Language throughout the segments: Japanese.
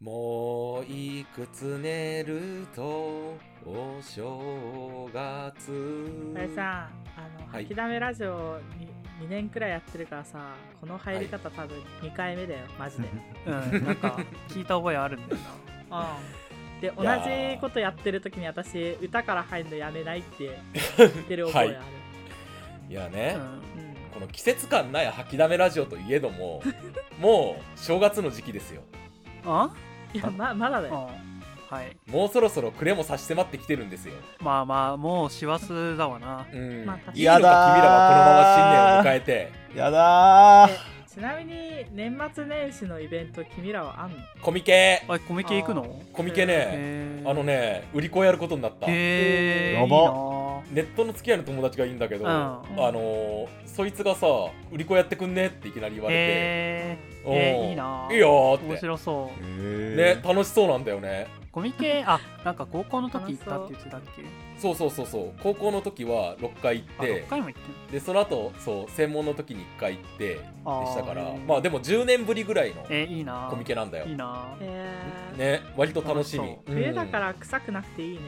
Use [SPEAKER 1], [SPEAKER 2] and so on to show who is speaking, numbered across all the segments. [SPEAKER 1] もういくつ寝るとお正月
[SPEAKER 2] あれさあの
[SPEAKER 1] はい
[SPEAKER 2] 吐きだめラジオに2年くらいやってるからさこの入り方多分2回目だよマジで
[SPEAKER 3] うん、なんか聞いた覚えあるんだよ
[SPEAKER 2] うんで同
[SPEAKER 1] いやー
[SPEAKER 2] じことやってる時に私歌から入るのやめないって言ってる覚 えある、
[SPEAKER 1] いやね、
[SPEAKER 3] な。うん、
[SPEAKER 2] うん
[SPEAKER 1] この季節感ない吐きだめラジオといえど ももう正月の時期ですよ
[SPEAKER 3] あ
[SPEAKER 2] いやままだだ
[SPEAKER 3] うん
[SPEAKER 2] よ
[SPEAKER 3] はい。
[SPEAKER 1] もうそろそろ暮れも差し迫ってきてるんですよ、
[SPEAKER 3] まあまあ、もう師走だわな。
[SPEAKER 1] うん
[SPEAKER 2] まあ確かに
[SPEAKER 1] いいのか君らはこのまま新年を迎えて
[SPEAKER 4] やだー
[SPEAKER 2] えちなみに年末年始のイベント君らはあんの
[SPEAKER 1] コミケ
[SPEAKER 3] あ、コミケ行くの
[SPEAKER 1] コミケね、
[SPEAKER 3] へ
[SPEAKER 1] あの
[SPEAKER 3] ね。
[SPEAKER 1] ね売り子やることになったネ
[SPEAKER 3] へえ。
[SPEAKER 4] や
[SPEAKER 3] ば。
[SPEAKER 1] ットの付き合いの友達がいいんだけど、
[SPEAKER 3] うん
[SPEAKER 1] あのーそいつがさ売り子やってくんねっていきなり言われ
[SPEAKER 3] へ
[SPEAKER 1] て、
[SPEAKER 3] え。え
[SPEAKER 1] うん
[SPEAKER 3] ー、いいない
[SPEAKER 1] いよー
[SPEAKER 3] 面
[SPEAKER 1] って
[SPEAKER 3] 白そう。
[SPEAKER 1] ね
[SPEAKER 4] え
[SPEAKER 1] 楽しそうなんだよね
[SPEAKER 3] コミケ、あ、なんか高校の時行ったって言ってたっけ
[SPEAKER 1] そうそうそうそう高校の時は6回行
[SPEAKER 3] あ、
[SPEAKER 1] っ
[SPEAKER 3] 6
[SPEAKER 1] て
[SPEAKER 3] 回も行ってんの
[SPEAKER 1] でその後そう専門の時に1回行ってで
[SPEAKER 3] あー
[SPEAKER 1] したから
[SPEAKER 3] へー
[SPEAKER 1] まあでも10年ぶりぐらいの
[SPEAKER 3] えー、いいな
[SPEAKER 1] コミケなんだよ
[SPEAKER 3] いいな
[SPEAKER 2] えー
[SPEAKER 1] ね割と楽しみ
[SPEAKER 3] 楽
[SPEAKER 1] う
[SPEAKER 3] し
[SPEAKER 1] ん
[SPEAKER 2] 冬だから臭くなくていいね、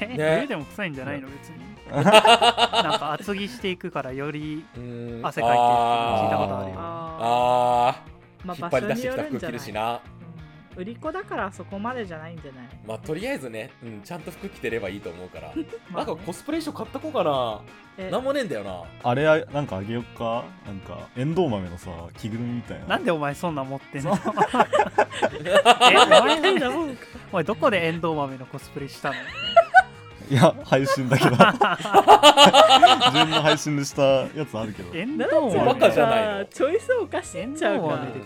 [SPEAKER 3] え、
[SPEAKER 1] ね
[SPEAKER 3] 冬でも臭いんじゃないの別 に。なんか厚着していくからより
[SPEAKER 1] うん
[SPEAKER 3] 汗かいてるって聞いたことある
[SPEAKER 2] あ
[SPEAKER 3] よ。
[SPEAKER 1] あー
[SPEAKER 2] ま
[SPEAKER 1] あー
[SPEAKER 2] あ
[SPEAKER 1] 引
[SPEAKER 2] 場
[SPEAKER 1] っ張
[SPEAKER 2] 所
[SPEAKER 1] り出し
[SPEAKER 2] に
[SPEAKER 1] て
[SPEAKER 2] よ
[SPEAKER 1] きた
[SPEAKER 2] るん
[SPEAKER 1] 服
[SPEAKER 2] じ
[SPEAKER 1] 着
[SPEAKER 2] ゃな
[SPEAKER 1] る
[SPEAKER 2] い
[SPEAKER 1] しな
[SPEAKER 2] うん売り子だからそこまでじゃないんじゃない
[SPEAKER 1] まあとりあえずねうんちゃんと服着てればいいと思うから な
[SPEAKER 3] まあ
[SPEAKER 1] ん
[SPEAKER 3] ね
[SPEAKER 1] かコスプレ衣装買ったこうかな
[SPEAKER 2] え
[SPEAKER 1] なんもねえんだよな
[SPEAKER 4] あれあなんかあげよっかなんかエンドウ豆のさ着ぐるみみたいな
[SPEAKER 3] なんでお前そんなん持ってん のえお前
[SPEAKER 2] え
[SPEAKER 3] お前どこでエンドウ豆のコスプレ したの
[SPEAKER 4] いや配信だけど 自分の配信でしたやつあるけど
[SPEAKER 3] エン
[SPEAKER 2] な
[SPEAKER 3] ドウ
[SPEAKER 2] ん
[SPEAKER 1] そ
[SPEAKER 2] じ
[SPEAKER 1] うバ
[SPEAKER 2] ゃ
[SPEAKER 3] 豆
[SPEAKER 1] カじゃないの
[SPEAKER 2] チョイスおかし
[SPEAKER 3] エ
[SPEAKER 2] いん
[SPEAKER 3] ン
[SPEAKER 2] ちゃ
[SPEAKER 3] ド
[SPEAKER 2] う
[SPEAKER 3] ウ
[SPEAKER 2] か
[SPEAKER 3] 豆で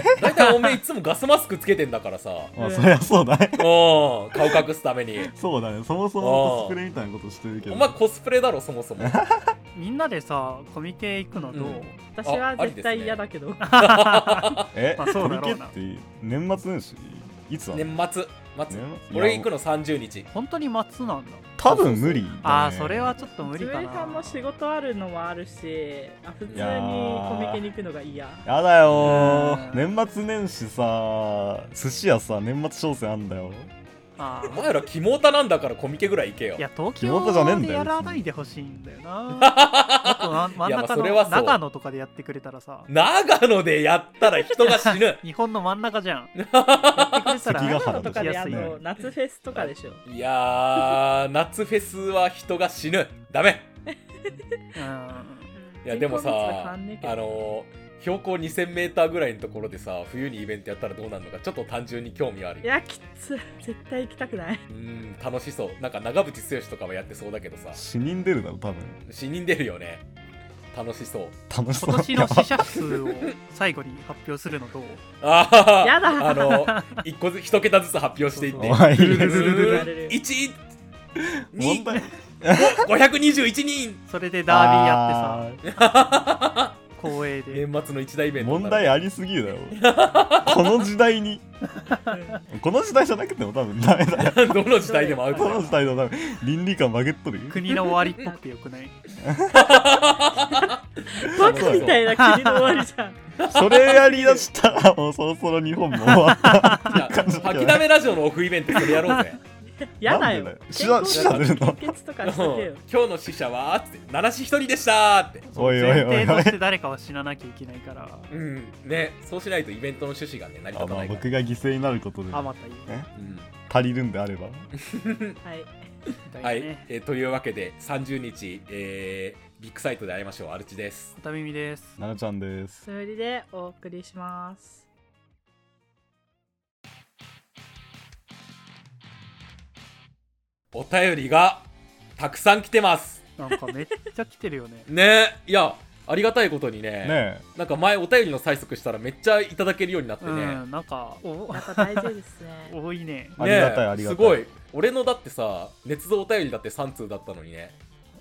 [SPEAKER 4] え
[SPEAKER 1] 大体おめえいつもガスマスクつけてんだからさうん
[SPEAKER 4] まあそりゃそうだね
[SPEAKER 1] 顔隠すために
[SPEAKER 4] そうだねそもそもコスプレみたいなことしてるけ
[SPEAKER 1] お
[SPEAKER 4] ど
[SPEAKER 1] 前コスプレだろそも そも
[SPEAKER 3] みんなでさコミケ行くのどう、
[SPEAKER 1] うん
[SPEAKER 2] 私は
[SPEAKER 1] あありです
[SPEAKER 2] 絶
[SPEAKER 1] ね
[SPEAKER 2] 対嫌だけど、
[SPEAKER 4] え
[SPEAKER 3] まあそうだろうな
[SPEAKER 4] コミケって年末年始いつなの、
[SPEAKER 1] 年末末
[SPEAKER 4] 年末
[SPEAKER 1] 俺行く
[SPEAKER 4] い
[SPEAKER 1] の
[SPEAKER 4] や
[SPEAKER 1] 30日
[SPEAKER 3] 本当に松なんだ
[SPEAKER 4] 多分無理だね、
[SPEAKER 3] ああそれはちょっと無
[SPEAKER 2] つ
[SPEAKER 3] 理
[SPEAKER 2] む
[SPEAKER 3] か
[SPEAKER 2] りさん
[SPEAKER 3] な
[SPEAKER 2] も仕事あるのもあるしあ普通に
[SPEAKER 4] いやー
[SPEAKER 2] コミケに行くのが嫌
[SPEAKER 4] やだよー
[SPEAKER 3] うん
[SPEAKER 4] 年末年始さ寿司屋さ年末商戦あんだよ
[SPEAKER 3] あ
[SPEAKER 1] お
[SPEAKER 3] ー
[SPEAKER 1] 前らキモタなんだからコミケぐらい行けよ
[SPEAKER 3] いや東
[SPEAKER 4] 地元じゃねえ
[SPEAKER 3] 京
[SPEAKER 4] ん
[SPEAKER 3] で
[SPEAKER 4] だよ
[SPEAKER 3] やらないでほしいんだよな もっとな真ん
[SPEAKER 1] いやまあ
[SPEAKER 3] 中
[SPEAKER 1] それはそ
[SPEAKER 3] の
[SPEAKER 1] う
[SPEAKER 3] 長野とかでやってくれたらさ
[SPEAKER 1] 長野でやったら人が死 ぬ
[SPEAKER 3] 日本の真ん中じゃんやってく れたら
[SPEAKER 4] 関ヶ
[SPEAKER 2] 長野
[SPEAKER 4] 原
[SPEAKER 2] とかであ
[SPEAKER 3] 安い
[SPEAKER 2] の夏フェスとかでしょ
[SPEAKER 1] いやー夏フェスは人が死ぬダメ
[SPEAKER 3] うん
[SPEAKER 1] いやでも
[SPEAKER 2] 人口密度変
[SPEAKER 1] さ
[SPEAKER 2] わ
[SPEAKER 1] あ
[SPEAKER 2] んねえけど
[SPEAKER 1] のー標高 2000m ぐらいのところでさ冬にイベントやったらどうなるのかちょっと単純に興味はある
[SPEAKER 2] いやきつ絶対行きた くない
[SPEAKER 1] うん楽しそうなんか長渕剛とかはやってそうだけどさ
[SPEAKER 4] 死人出るだろ多分
[SPEAKER 1] 死人出るよね楽しそう
[SPEAKER 4] 楽しそう
[SPEAKER 3] 今年の死者数を最後に発表するのどう
[SPEAKER 1] ああ
[SPEAKER 2] やだ
[SPEAKER 1] あの一個ず一桁ずつ発表していって
[SPEAKER 3] そう
[SPEAKER 4] そうおい
[SPEAKER 1] ルルルルル
[SPEAKER 2] ル ルル
[SPEAKER 1] 一
[SPEAKER 4] 問題
[SPEAKER 1] 521人
[SPEAKER 3] それでダービーやっ
[SPEAKER 4] って
[SPEAKER 3] てさ光栄で
[SPEAKER 1] 年末の一大イベント
[SPEAKER 4] 問題ありすぎるだろこの時代にこの時代じゃなくても多分ダメだよ
[SPEAKER 1] 題 どの時代でもアウト
[SPEAKER 4] こ
[SPEAKER 1] だ
[SPEAKER 4] の時代の多分倫理観曲げっとる よ
[SPEAKER 3] 国の終わりっぽくてよくない
[SPEAKER 2] バカみたいな国の終わりじゃん
[SPEAKER 4] それやりだしたらもうそろそろ日本も終わった
[SPEAKER 1] じゃあ吐きだめラジオのオフイベントそれやろう ぜ
[SPEAKER 2] やだよ
[SPEAKER 4] なんでだよ
[SPEAKER 2] 健康
[SPEAKER 4] 死者出るの
[SPEAKER 2] 献血と
[SPEAKER 1] う
[SPEAKER 2] か
[SPEAKER 1] ん
[SPEAKER 2] しと けよ
[SPEAKER 1] 今日の死者はつって七死一人でしたって
[SPEAKER 4] おいお
[SPEAKER 3] 前
[SPEAKER 4] いおい
[SPEAKER 3] 提
[SPEAKER 4] お
[SPEAKER 3] と
[SPEAKER 4] い
[SPEAKER 3] して誰かは死ななきゃいけないから
[SPEAKER 1] うんねそうしないとイベントの趣旨がね成り
[SPEAKER 4] あ
[SPEAKER 1] 立た
[SPEAKER 4] ま
[SPEAKER 1] な
[SPEAKER 4] あ
[SPEAKER 1] いから、
[SPEAKER 4] 僕が犠牲になることで
[SPEAKER 3] あまたいいみ
[SPEAKER 1] うん
[SPEAKER 4] 足りるんであれば
[SPEAKER 2] はい
[SPEAKER 3] たいな
[SPEAKER 1] はい、
[SPEAKER 3] ね
[SPEAKER 1] えーというわけで30日、えービッグサイトで会いましょうアルチです
[SPEAKER 3] 片耳です
[SPEAKER 4] 奈々ちゃんです
[SPEAKER 2] つむりでお送りします
[SPEAKER 1] お便りがたくさん来てます
[SPEAKER 3] なんかめっちゃ来てる よね
[SPEAKER 1] ねいやありがたいことにね
[SPEAKER 4] ね
[SPEAKER 1] なんか前お便りの催促したらめっちゃいただけるようになって
[SPEAKER 3] う
[SPEAKER 1] ね、
[SPEAKER 3] んなんかお
[SPEAKER 2] やっぱ大事です ね。
[SPEAKER 3] 多いね
[SPEAKER 4] あ
[SPEAKER 1] ね
[SPEAKER 4] りがたいありが
[SPEAKER 1] す
[SPEAKER 4] たい
[SPEAKER 1] ごい俺のだってさ捏造お便りだって3通だったのにね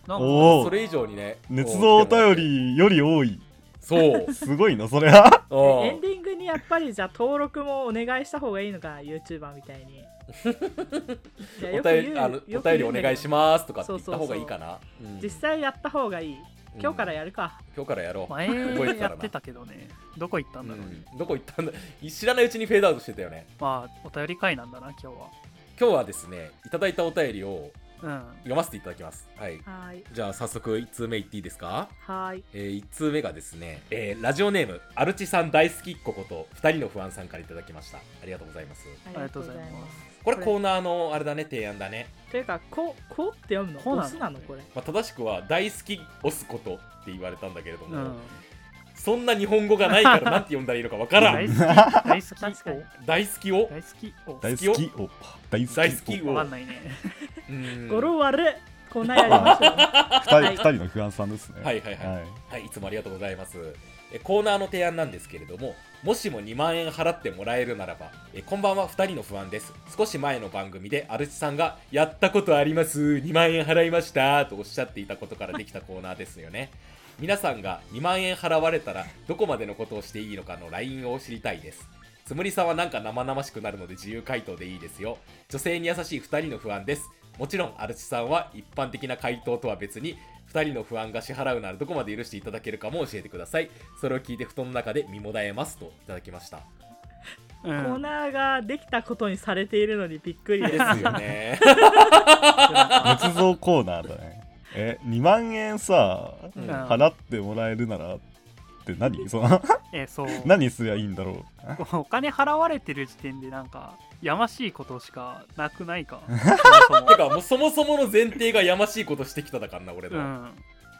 [SPEAKER 3] なんか
[SPEAKER 4] おお
[SPEAKER 1] それ以上にね
[SPEAKER 4] 捏造お便
[SPEAKER 1] り
[SPEAKER 4] りより多い
[SPEAKER 1] そう
[SPEAKER 4] すごいなそれは
[SPEAKER 2] エ
[SPEAKER 1] う
[SPEAKER 2] ン
[SPEAKER 1] ん
[SPEAKER 2] ディングにやっぱりじゃあ登録もお願いした方がいいのかな、YouTuber みたいに。いや
[SPEAKER 1] お便りあのお便りお願いしますとかって言った方がいいかなうん
[SPEAKER 2] 実際やった方がいい。今日からやるか。
[SPEAKER 1] 今日からやろう、
[SPEAKER 3] 前
[SPEAKER 1] 覚えてた
[SPEAKER 3] や
[SPEAKER 1] ら
[SPEAKER 3] って
[SPEAKER 1] な
[SPEAKER 3] たけどねどこ行った
[SPEAKER 1] うん
[SPEAKER 3] だろう、
[SPEAKER 1] ん、どこ行ったんだ知らないうちにフェードアウトしてたよね
[SPEAKER 3] まあお便り会なんだな今
[SPEAKER 1] 今日はですねいただいたお便りを
[SPEAKER 3] 日は
[SPEAKER 1] 読ませていただきますはい
[SPEAKER 2] はーい。
[SPEAKER 1] じゃあ早速1通目いっていいですか
[SPEAKER 2] はーい。
[SPEAKER 1] えー、1通目がですね、えーラジオネームアルチさん大好きっ子こと2人の不安さんからいただきましたありがとうございます
[SPEAKER 2] あ
[SPEAKER 3] りがとうございます
[SPEAKER 1] これコー
[SPEAKER 2] う。
[SPEAKER 1] ナーのあれだね提案だね、
[SPEAKER 2] というか、こう、こうって読むの
[SPEAKER 3] こうなの
[SPEAKER 2] オスなのこれ。
[SPEAKER 1] まあ、正しくは大好き押すことって言われたんだけれど
[SPEAKER 3] う
[SPEAKER 1] も、
[SPEAKER 3] ん、うん、
[SPEAKER 1] そんな日本語がないからなんて呼んだらいいのかわから
[SPEAKER 3] 大
[SPEAKER 1] ん
[SPEAKER 3] 好 き大好き
[SPEAKER 2] 確かに
[SPEAKER 1] 大好きを
[SPEAKER 3] 大好きお
[SPEAKER 4] 大好きお大好き
[SPEAKER 1] 大好き
[SPEAKER 4] お
[SPEAKER 1] を
[SPEAKER 3] わかんないね
[SPEAKER 1] うん
[SPEAKER 2] 語呂悪い。コーナーやりましょう。
[SPEAKER 4] 二人二人の不安さんですね
[SPEAKER 1] はいはいはい
[SPEAKER 4] はい
[SPEAKER 1] はい、いつもありがとうございます。えコーナーの提案なんですけれども、もしも2万円払ってもらえるならば、えこんばんは2人の不安です。少し前の番組で、アルチさんが、やったことあります、2万円払いました、とおっしゃっていたことからできたコーナーですよね。 皆さんが2万円払われたら、どこまでのことをしていいのかのラインを知りたいです。つむりさんはなんか生々しくなるので自由回答でいいですよ。女性に優しい2人の不安です。もちろん、アルチさんは一般的な回答とは別に、2人の不安が支払うならどこまで許していただけるかも教えてください。それを聞いて布団の中で身もだえますといただきました。
[SPEAKER 3] う
[SPEAKER 2] コー
[SPEAKER 3] ん
[SPEAKER 2] ナーができたことにされているのにびっくり
[SPEAKER 1] で
[SPEAKER 2] ですす。
[SPEAKER 1] よ ね。
[SPEAKER 4] 仏像コーナーだねえ2万円さ
[SPEAKER 1] うん
[SPEAKER 3] うん
[SPEAKER 4] 払ってもらえるならって何その
[SPEAKER 3] えそう
[SPEAKER 4] 何すりゃいいんだろ
[SPEAKER 3] お金払われてる時点でなんかやましいことしかなくな いかそもそも
[SPEAKER 1] てか、もうそもそもの前提がやましいことしてきただからな、俺
[SPEAKER 3] う
[SPEAKER 1] の。
[SPEAKER 3] ん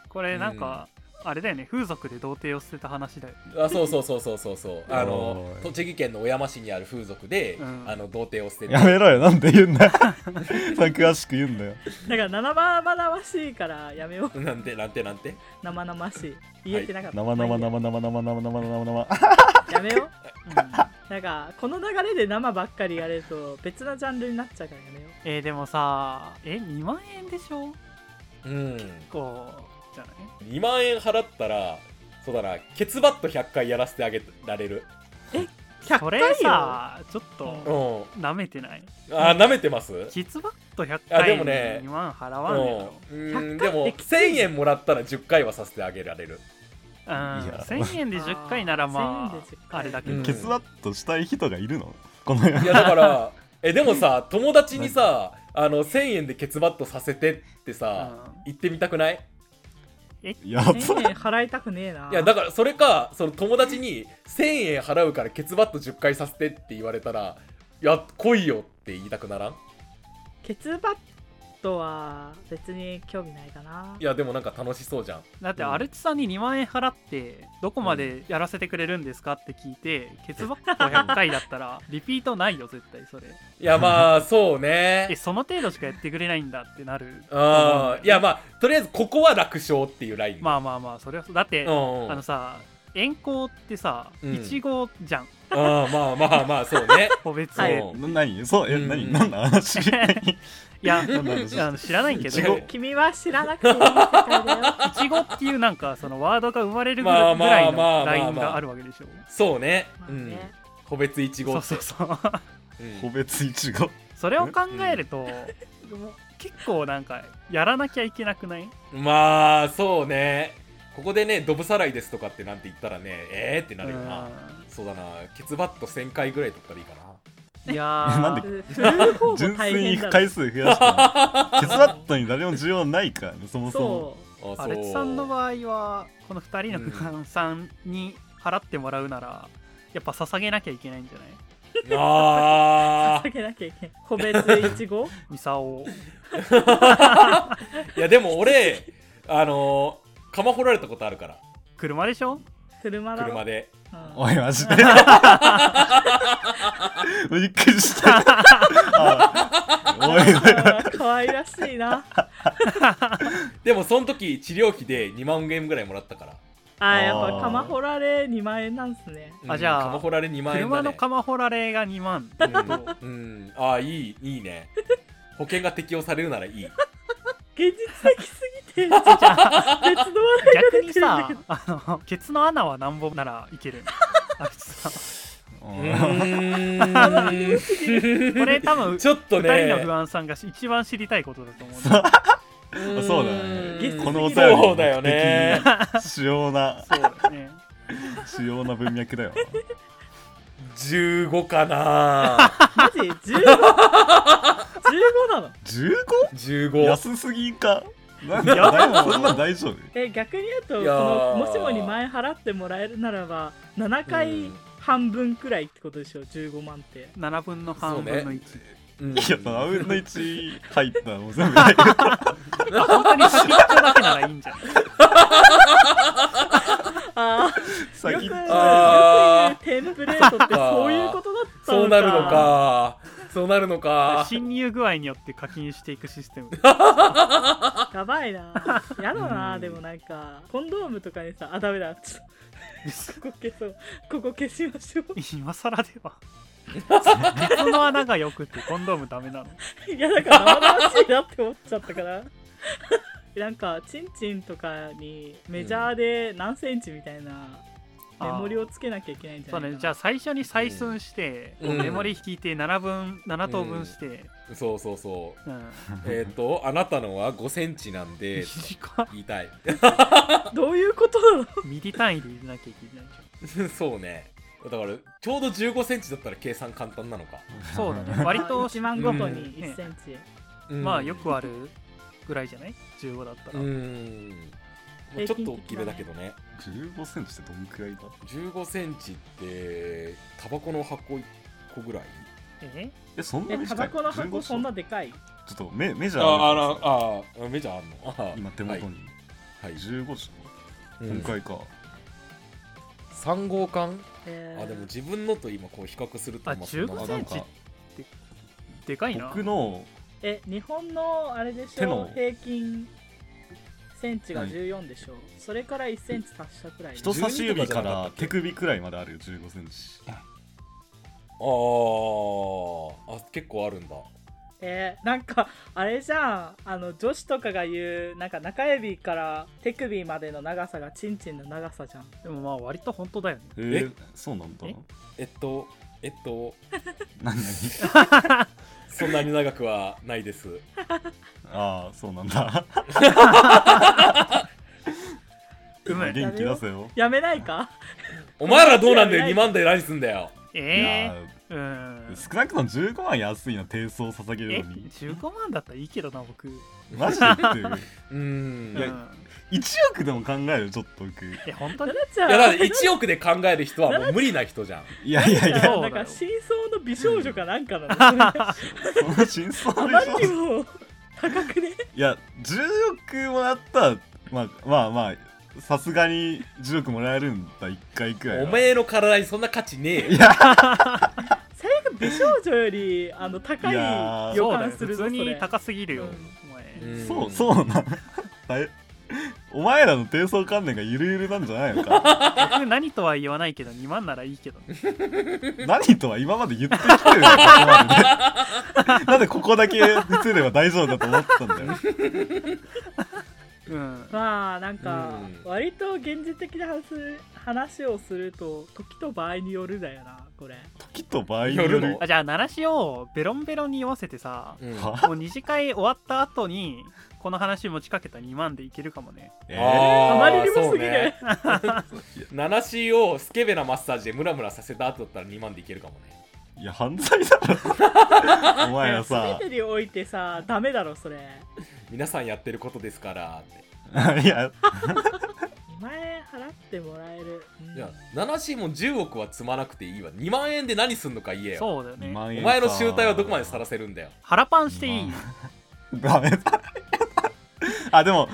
[SPEAKER 3] これなんか、あれだよね風俗で童貞を捨てた 話だよ
[SPEAKER 1] あそうそうそうそうそうそう。あの
[SPEAKER 4] お、ー
[SPEAKER 1] 栃木県の小山市にある風俗で、
[SPEAKER 3] うん
[SPEAKER 1] あの、童貞を捨て
[SPEAKER 4] う
[SPEAKER 1] て。
[SPEAKER 4] やめろよなんて言うんだよ それ詳しく言うんだよ
[SPEAKER 2] だから、生々しいからやめよう。
[SPEAKER 1] なんて、なんて、なんて。
[SPEAKER 2] 生々しい。言えてなかった。
[SPEAKER 4] 生々生々生々生々生々
[SPEAKER 2] やめよう。
[SPEAKER 3] うん
[SPEAKER 2] なんか、この流れで生ばっかりやれると、別なジャンルになっちゃうからやめよう。
[SPEAKER 3] えーでもさえ2万円でしょ
[SPEAKER 1] うん。
[SPEAKER 3] こうじゃない
[SPEAKER 1] 2万円払ったら、そうだな、ケツバット100回やらせてあげられる。
[SPEAKER 2] 100
[SPEAKER 3] そ
[SPEAKER 2] 回
[SPEAKER 3] れ
[SPEAKER 2] よ
[SPEAKER 3] さちょっ
[SPEAKER 1] う
[SPEAKER 3] と
[SPEAKER 1] ん。
[SPEAKER 3] なめてない
[SPEAKER 1] あー、舐めてます
[SPEAKER 3] キッズバット100
[SPEAKER 1] あで
[SPEAKER 3] 回
[SPEAKER 1] も
[SPEAKER 3] に
[SPEAKER 1] ね
[SPEAKER 3] 2万払わんねえだろ
[SPEAKER 1] うんうん
[SPEAKER 2] 100回
[SPEAKER 1] でも
[SPEAKER 2] ってきつい
[SPEAKER 1] 1000円もらったら10回はさせてあげられる
[SPEAKER 3] うん
[SPEAKER 4] いや
[SPEAKER 3] 1000円で10回ならま
[SPEAKER 2] 1000円で10
[SPEAKER 3] あ
[SPEAKER 2] 回
[SPEAKER 3] あれだけ
[SPEAKER 1] う
[SPEAKER 3] ど
[SPEAKER 1] ん
[SPEAKER 4] ケツバットしたい人がいるのこの世
[SPEAKER 1] いやだからえでもさ友達にさあの1000円でケツバットさせてってさ、
[SPEAKER 3] うん
[SPEAKER 1] 言ってみたくない
[SPEAKER 4] やば
[SPEAKER 2] 1000円払いたくねえな。
[SPEAKER 1] いやだからそれかその友達に1000円払うからケツバット10回させてって言われたらいや来いよって言いたくならん
[SPEAKER 2] ケツバットは別に興味ないかな。
[SPEAKER 1] いやでもなんか楽しそうじゃん
[SPEAKER 3] だって
[SPEAKER 1] うん
[SPEAKER 3] アルチさんに2万円払ってどこまでやらせてくれるんですかって聞いてケツバット100回だったら リピートないよ絶対それ
[SPEAKER 1] いや まあそう
[SPEAKER 3] え
[SPEAKER 1] ね
[SPEAKER 3] その程度しかやってくれないんだってなる
[SPEAKER 1] あいやまあとりあえずここは楽勝っていうライン
[SPEAKER 3] まあまあまあそれはだって、
[SPEAKER 1] うんうん
[SPEAKER 3] あのさ円光ってさ
[SPEAKER 1] うん
[SPEAKER 3] いちごじゃん、
[SPEAKER 1] あーまあまあまあそうね
[SPEAKER 3] 個別で、、
[SPEAKER 1] はいい
[SPEAKER 4] な何そうえ
[SPEAKER 1] うん
[SPEAKER 4] 何何の話
[SPEAKER 3] や
[SPEAKER 4] 何の話
[SPEAKER 3] あの知らないけ
[SPEAKER 4] い
[SPEAKER 3] ど
[SPEAKER 4] ち
[SPEAKER 3] い
[SPEAKER 4] ご
[SPEAKER 2] 君は知らなくていい世界 だよ。
[SPEAKER 3] ちごっていうなんかそのワードが生まれるぐ
[SPEAKER 1] ま
[SPEAKER 3] ら
[SPEAKER 1] あ
[SPEAKER 3] い
[SPEAKER 1] まあまあまあ
[SPEAKER 3] の
[SPEAKER 1] まあ
[SPEAKER 3] ラインがあるわけでしょ、
[SPEAKER 1] そう ね,、
[SPEAKER 2] まあ
[SPEAKER 1] うん
[SPEAKER 2] ね
[SPEAKER 1] 個別いちご
[SPEAKER 3] そうそうそう
[SPEAKER 1] うん
[SPEAKER 4] 個別いちご
[SPEAKER 3] それを考えると、もう結構なんかやらなきゃいけなくない
[SPEAKER 1] まあそうねここでねドブさらいですとかってなんて言ったらねえーってなるよなそうだなケツバット1000回ぐらいとったらいいかな
[SPEAKER 3] うんいやー
[SPEAKER 4] なんで
[SPEAKER 2] 振る方も
[SPEAKER 4] 純
[SPEAKER 2] 大
[SPEAKER 4] 粋
[SPEAKER 2] 変
[SPEAKER 4] に
[SPEAKER 2] だ
[SPEAKER 4] 回
[SPEAKER 2] ろ。
[SPEAKER 4] 数増やしたのケツバットに誰も需要ないからねそもそ
[SPEAKER 2] そ
[SPEAKER 4] も
[SPEAKER 1] あ
[SPEAKER 3] アレツさんの
[SPEAKER 1] 合
[SPEAKER 3] 場合はこの2人の不安さんに払ってもらうなら、やっぱ捧げなきゃいけないんじゃない
[SPEAKER 2] う。
[SPEAKER 1] あ
[SPEAKER 2] 下げなきゃいけない。個別いちご
[SPEAKER 3] ミサオを
[SPEAKER 1] ーいやでも俺あのー、釜掘られたことあるから
[SPEAKER 3] 車でしょ
[SPEAKER 2] 車だろ。
[SPEAKER 1] 車で
[SPEAKER 2] うん
[SPEAKER 4] おいマジでびっくりしたあおい
[SPEAKER 2] あー可愛らしいな。
[SPEAKER 1] でもその時治療費で2万円ぐらいもらったから、
[SPEAKER 2] あーやっぱ釜掘られ2万円なんすね。
[SPEAKER 1] うん
[SPEAKER 3] あじゃあ
[SPEAKER 1] 釜掘られ2万円
[SPEAKER 3] 車
[SPEAKER 1] だ、ね、
[SPEAKER 3] の釜掘られが2万
[SPEAKER 1] うん、うん、ああいいいいね保険が適用されるならい い
[SPEAKER 2] 現実的すぎて、別の笑 いが
[SPEAKER 3] 逆
[SPEAKER 2] 出
[SPEAKER 3] に
[SPEAKER 2] てるんだ
[SPEAKER 3] さ
[SPEAKER 2] けど。
[SPEAKER 3] あのケツの穴は何本ならいけ るあさ
[SPEAKER 1] う
[SPEAKER 4] うん
[SPEAKER 1] ーん
[SPEAKER 3] これ多分
[SPEAKER 1] ちょっとね
[SPEAKER 3] 2人の不安さんが一番知りたいことだと思う
[SPEAKER 1] ーん
[SPEAKER 4] そうだね
[SPEAKER 2] げすぎ
[SPEAKER 4] このお便り
[SPEAKER 2] る
[SPEAKER 1] そうだよね。
[SPEAKER 4] 主要な
[SPEAKER 3] そうだね。
[SPEAKER 4] 主要な文脈だよ
[SPEAKER 1] 15かな
[SPEAKER 2] マジ 15?15 なの
[SPEAKER 4] 15?
[SPEAKER 1] 15
[SPEAKER 4] 安すぎんかなんか大丈夫そんなん大丈夫
[SPEAKER 2] え逆に言うとこ
[SPEAKER 1] いやー
[SPEAKER 2] のもしもに前払ってもらえるならば7
[SPEAKER 1] う
[SPEAKER 2] 回
[SPEAKER 1] ん
[SPEAKER 2] 半分くらいってことでしょ15万って
[SPEAKER 3] 7分の半分の1。
[SPEAKER 1] うん
[SPEAKER 4] いや、7分の1入ったらもう全部入る。
[SPEAKER 3] 本当に先っちょだけならいいんじゃ ない
[SPEAKER 2] ああよ
[SPEAKER 4] 先
[SPEAKER 2] く
[SPEAKER 4] っちょ
[SPEAKER 1] あ
[SPEAKER 2] よく言うテンプレート ってそういうことだったのか
[SPEAKER 1] そうなるのかそうなるのか
[SPEAKER 3] 侵入具合によって課金していくシス テム。
[SPEAKER 2] やばいなやだな、
[SPEAKER 1] うん
[SPEAKER 2] でもなんかコンドームとかにさあダメだちょここ消そうここ消しましょう
[SPEAKER 3] 今更で は。鉄の穴がよくってコンドームダメなの。
[SPEAKER 2] いやなんか生々しいなって思っちゃったから なんかチンチンとかにメジャーで何センチみたいな メモリをつけなきゃいけないんじ
[SPEAKER 3] そ
[SPEAKER 2] ゃ
[SPEAKER 3] う
[SPEAKER 2] ない
[SPEAKER 3] ね、
[SPEAKER 2] か
[SPEAKER 3] じゃあ最初に採寸して、
[SPEAKER 1] うん
[SPEAKER 3] メモリ引いて7分、7等分して、
[SPEAKER 1] そうそうそう
[SPEAKER 3] うん
[SPEAKER 1] えっ、とあななたのは5センチなんで
[SPEAKER 3] 短い
[SPEAKER 1] 言いたい
[SPEAKER 2] どういうことなの
[SPEAKER 3] ミリ単位で入れなきゃいけないじ
[SPEAKER 1] そうねだからちょうど1 5センチだったら計算簡単なのか、
[SPEAKER 3] ゃん。 そうだね、 割と、
[SPEAKER 2] 1万ごとに
[SPEAKER 3] うん
[SPEAKER 2] 1センチ、
[SPEAKER 1] うん
[SPEAKER 3] まあよくあるぐらいじゃない ?15 だった
[SPEAKER 1] う
[SPEAKER 3] ら。
[SPEAKER 1] んまあちょっと大きめだけどね
[SPEAKER 4] 15センチってどんくらいだ
[SPEAKER 1] 1 5センチってタバコの箱1個ぐらい
[SPEAKER 3] え
[SPEAKER 4] え、そんな
[SPEAKER 2] え
[SPEAKER 4] に
[SPEAKER 2] タ
[SPEAKER 4] 近
[SPEAKER 2] バ
[SPEAKER 4] い
[SPEAKER 2] コの箱
[SPEAKER 4] ?15
[SPEAKER 2] そんなでかい
[SPEAKER 4] ちょっとメメジャー
[SPEAKER 1] ああ
[SPEAKER 4] るからさ
[SPEAKER 1] らあメジャーあんのあ
[SPEAKER 4] 今手元
[SPEAKER 1] は
[SPEAKER 4] に。
[SPEAKER 1] い、はい
[SPEAKER 4] 15でしょ
[SPEAKER 1] うん
[SPEAKER 4] 今回か。
[SPEAKER 1] 3号館
[SPEAKER 2] えー
[SPEAKER 1] あでも自分のと今こう比較すると
[SPEAKER 3] あ
[SPEAKER 1] まそんな
[SPEAKER 3] 15
[SPEAKER 4] あ、
[SPEAKER 3] セ
[SPEAKER 4] な
[SPEAKER 3] ン
[SPEAKER 4] ん
[SPEAKER 3] チ
[SPEAKER 4] か
[SPEAKER 3] でかいな。
[SPEAKER 4] 僕の
[SPEAKER 2] え日本のあれでし
[SPEAKER 4] 手
[SPEAKER 2] ょ
[SPEAKER 4] の
[SPEAKER 2] 平均センチが
[SPEAKER 4] はい
[SPEAKER 2] 14でしょ、それから1センチ足したくらい
[SPEAKER 4] 人差し指か
[SPEAKER 1] 12とかじゃなかった
[SPEAKER 4] ら
[SPEAKER 1] っけ
[SPEAKER 4] 手首くらいまであるよ、15センチ。
[SPEAKER 1] あーあ結構あるんだ
[SPEAKER 2] えーなんかあれじゃんあの女子とかが言うなんか中指から手首までの長さがチンチンの長さじゃん
[SPEAKER 3] でもまあ割と本当だよね。
[SPEAKER 4] え
[SPEAKER 1] ー
[SPEAKER 4] そうなんだ
[SPEAKER 3] え。
[SPEAKER 1] えっとえっと
[SPEAKER 4] 何何
[SPEAKER 1] そんなに長くはないです
[SPEAKER 4] ああ、そうなんだ。
[SPEAKER 3] うむ
[SPEAKER 4] 元気出せよ。
[SPEAKER 2] やめない か
[SPEAKER 1] お前らどうなんだよ2万で何すんだよ
[SPEAKER 4] い
[SPEAKER 3] えー、
[SPEAKER 4] や
[SPEAKER 3] うん
[SPEAKER 4] ー。少なくとも15万安いな、低層捧げ
[SPEAKER 3] え
[SPEAKER 4] るのに。
[SPEAKER 3] 15万だったらいいけどな僕、う
[SPEAKER 4] マジで言ってる。
[SPEAKER 1] うーん
[SPEAKER 3] ん、
[SPEAKER 1] いや
[SPEAKER 4] 1億でも考えるちょっと僕
[SPEAKER 3] え本当に
[SPEAKER 2] 奈々ちゃん
[SPEAKER 1] だって1億で考える人はもう無理な人じゃん
[SPEAKER 4] いやいやい
[SPEAKER 2] 奈々ちゃ
[SPEAKER 4] や
[SPEAKER 3] そ
[SPEAKER 2] ん
[SPEAKER 3] うだ
[SPEAKER 2] な
[SPEAKER 3] よ
[SPEAKER 2] んか真相の美少女かなんかな のあ
[SPEAKER 4] その真相
[SPEAKER 2] ま
[SPEAKER 4] で
[SPEAKER 2] り
[SPEAKER 4] しょ
[SPEAKER 2] にも高くね
[SPEAKER 4] いや10億もらったらまあまあまあさすがに10億もらえるんだ1回くらいは
[SPEAKER 1] おめえの体にそんな価値ねえよ
[SPEAKER 4] いや
[SPEAKER 2] 最悪美少女よりあの高い
[SPEAKER 4] いやー
[SPEAKER 2] 予
[SPEAKER 3] そうだよ
[SPEAKER 2] 感す
[SPEAKER 3] 普
[SPEAKER 2] るぞ
[SPEAKER 3] 通
[SPEAKER 2] それ
[SPEAKER 3] に高すぎるよ、
[SPEAKER 2] うん
[SPEAKER 3] お
[SPEAKER 1] う
[SPEAKER 3] 前
[SPEAKER 1] ん
[SPEAKER 4] そうそうなんだえお前らの低層観念がゆるゆるなんじゃないのか
[SPEAKER 3] 僕何とは言わないけど2万ならいいけどね
[SPEAKER 4] 何とは今まで言ってきてるよここまでね なんでここだけ伏せれば大丈夫だと思ったんだよ
[SPEAKER 3] うん
[SPEAKER 2] まあなんか
[SPEAKER 1] うん
[SPEAKER 2] 割と現実的な話話をすると時と場合によるだよなこれ
[SPEAKER 4] 時と場合による
[SPEAKER 1] よるの
[SPEAKER 3] あじゃあ習志をベロンベロンに酔わせてさ、
[SPEAKER 1] うん
[SPEAKER 4] は
[SPEAKER 3] もう二次会終わった後にこの話持ちかけた2万でいけるかもね
[SPEAKER 4] えー
[SPEAKER 1] あー
[SPEAKER 2] あまりにもすぎる、
[SPEAKER 1] そう ねナナシーをスケベなマッサージでムラムラさせた後だったら2万でいけるかもね
[SPEAKER 4] いや犯罪だろ お前らさ
[SPEAKER 2] 全てにおいてさダメだろそれ
[SPEAKER 1] 皆さんやってることですからって
[SPEAKER 4] いや
[SPEAKER 2] 2万円払ってもらえる、うん
[SPEAKER 1] いやナナシーも10億は積まなくていいわ2万円で何すんのか言えよ
[SPEAKER 3] そうだよね
[SPEAKER 4] 2万
[SPEAKER 1] お
[SPEAKER 4] 円
[SPEAKER 1] 前の集体はどこまでさ
[SPEAKER 4] さ
[SPEAKER 1] らせるんだよ
[SPEAKER 3] 腹パンしていい、
[SPEAKER 4] ダメだ あでも